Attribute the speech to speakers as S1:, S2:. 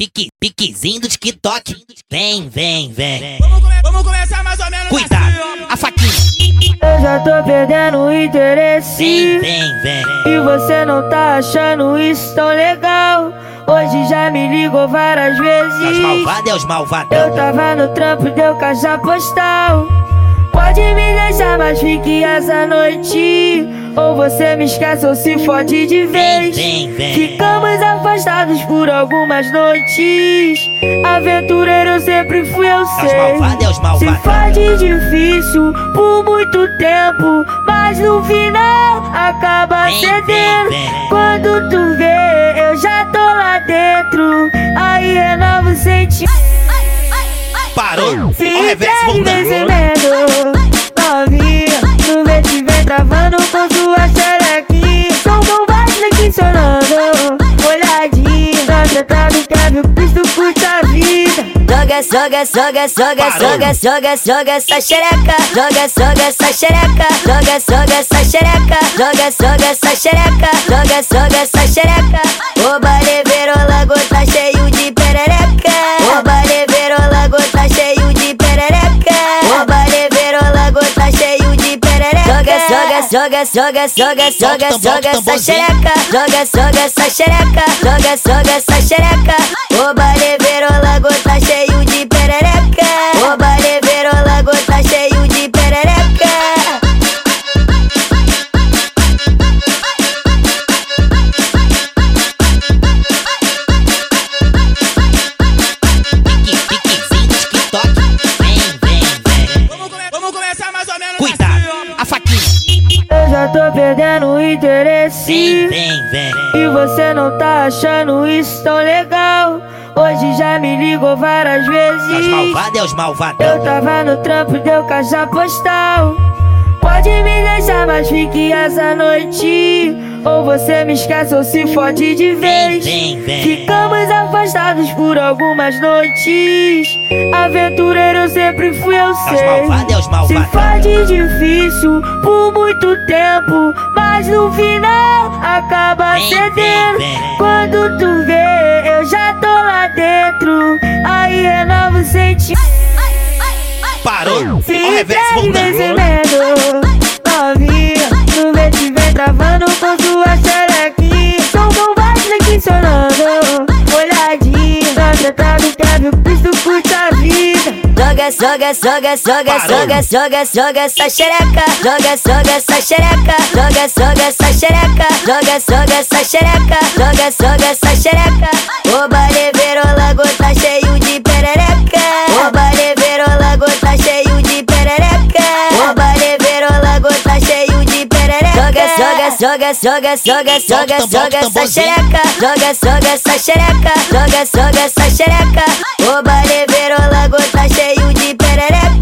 S1: Pique, piquezinho do TikTok. Vem, vem, vem.
S2: Vamos, come- vamos começar mais ou menos
S1: Cuidado,
S2: assim, ó.
S1: a faquinha.
S3: Eu já tô perdendo o
S1: Vem,
S3: interesse
S1: vem, vem.
S3: E você não tá achando isso tão legal Hoje já me ligou
S1: É
S3: várias
S1: os
S3: vezes
S1: malvados, é os
S3: Eu
S1: malvadão.
S3: tava no trampo, deu caixa postal Pode me deixar, mas fique essa noite Ou você me esquece ou se fode de
S1: Vem,
S3: vez
S1: vem, vem.
S3: Ficamos afastados por algumas noites Aventureiro eu sempre fui, eu
S1: É os
S3: sei
S1: malvados, é os
S3: se
S1: malvadão.
S3: faz de difícil por muito tempo, mas no final acaba
S1: Vem, vem,
S3: cedendo.
S1: vem.
S3: Quando tu vê, eu já tô lá dentro. Aí renova o sentimento.
S1: Parou.
S3: Se
S1: Ó, reverso
S3: entregue nesse
S1: voltando.
S3: medo. Novinha, tu vê te vem travando com sua xerequinha. São tão vazio que sonando. Olhadinha, nossa, tá me cabe o Cristo curte a vida.
S4: Joga, joga, joga, joga,
S1: Parou.
S4: joga, joga, joga essa xereca. Joga, joga essa xereca. Joga, joga essa xereca. Joga, joga essa xereca. Joga, joga essa xereca. O baleveiro lago tá cheio de perereca. O baleveiro lago tá cheio de perereca. O baleveiro lago tá cheio de perereca. Joga, joga, joga, joga, joga, joga,
S1: tambor,
S4: joga essa
S1: tamborzinho.
S4: xereca xereca, joga, joga essa xereca, joga, joga essa xereca. O baleveiro lago tá cheio de perereca. O baleveiro lago tá cheio de perereca.
S1: Pique, piquezinho do TikTok. Vem, vem, vem.
S2: Vamos, come- vamos começar mais ou menos assim,
S1: Cuidado,
S2: ó.
S1: a faquinha.
S3: Eu já tô perdendo o interesse.
S1: Vem, vem, vem.
S3: E você não tá achando isso tão legal? Hoje já me ligou
S1: É
S3: várias
S1: os
S3: vezes.
S1: malvados, é os
S3: Eu
S1: malvadão.
S3: tava no trampo, deu caixa postal. Pode me deixar, mas fique essa noite. Ou você me esquece ou se fode de
S1: Vem,
S3: vez.
S1: vem, vem.
S3: Ficamos afastados por algumas noites. Aventureiro eu sempre fui, eu
S1: É os
S3: sei.
S1: malvados, é os
S3: Se
S1: malvadão.
S3: faz de difícil por muito tempo, mas no final acaba
S1: Vem, vem,
S3: cedendo.
S1: vem.
S3: Quando tu vê, eu já tô lá dentro. Aí renova o sentimento.
S1: Parou. Ó,
S3: Se
S1: reverso
S3: entregue nesse
S1: voltando.
S3: medo. Novinha, tu vê te vem travando com sua xerequinha. São tão vazio que sonando. Olhadinha, nossa, tá me cabe o Cristo curte a vida.
S4: Joga, joga, joga, joga,
S1: Parou.
S4: joga, joga, joga essa xereca. Joga, joga essa xereca. Joga, joga essa xereca. Joga, joga essa xereca. Joga, joga essa xereca. O baleveiro lago tá cheio de perereca. O baleveiro lago tá cheio de perereca. O baleveiro lago tá cheio de perereca. Joga, joga, joga, joga,
S1: Volta,
S4: joga, joga,
S1: volta,
S4: joga essa
S1: tamborzinho.
S4: xereca xereca, joga, joga essa xereca, joga, joga essa xereca. O baleveiro lago tá cheio de perereca.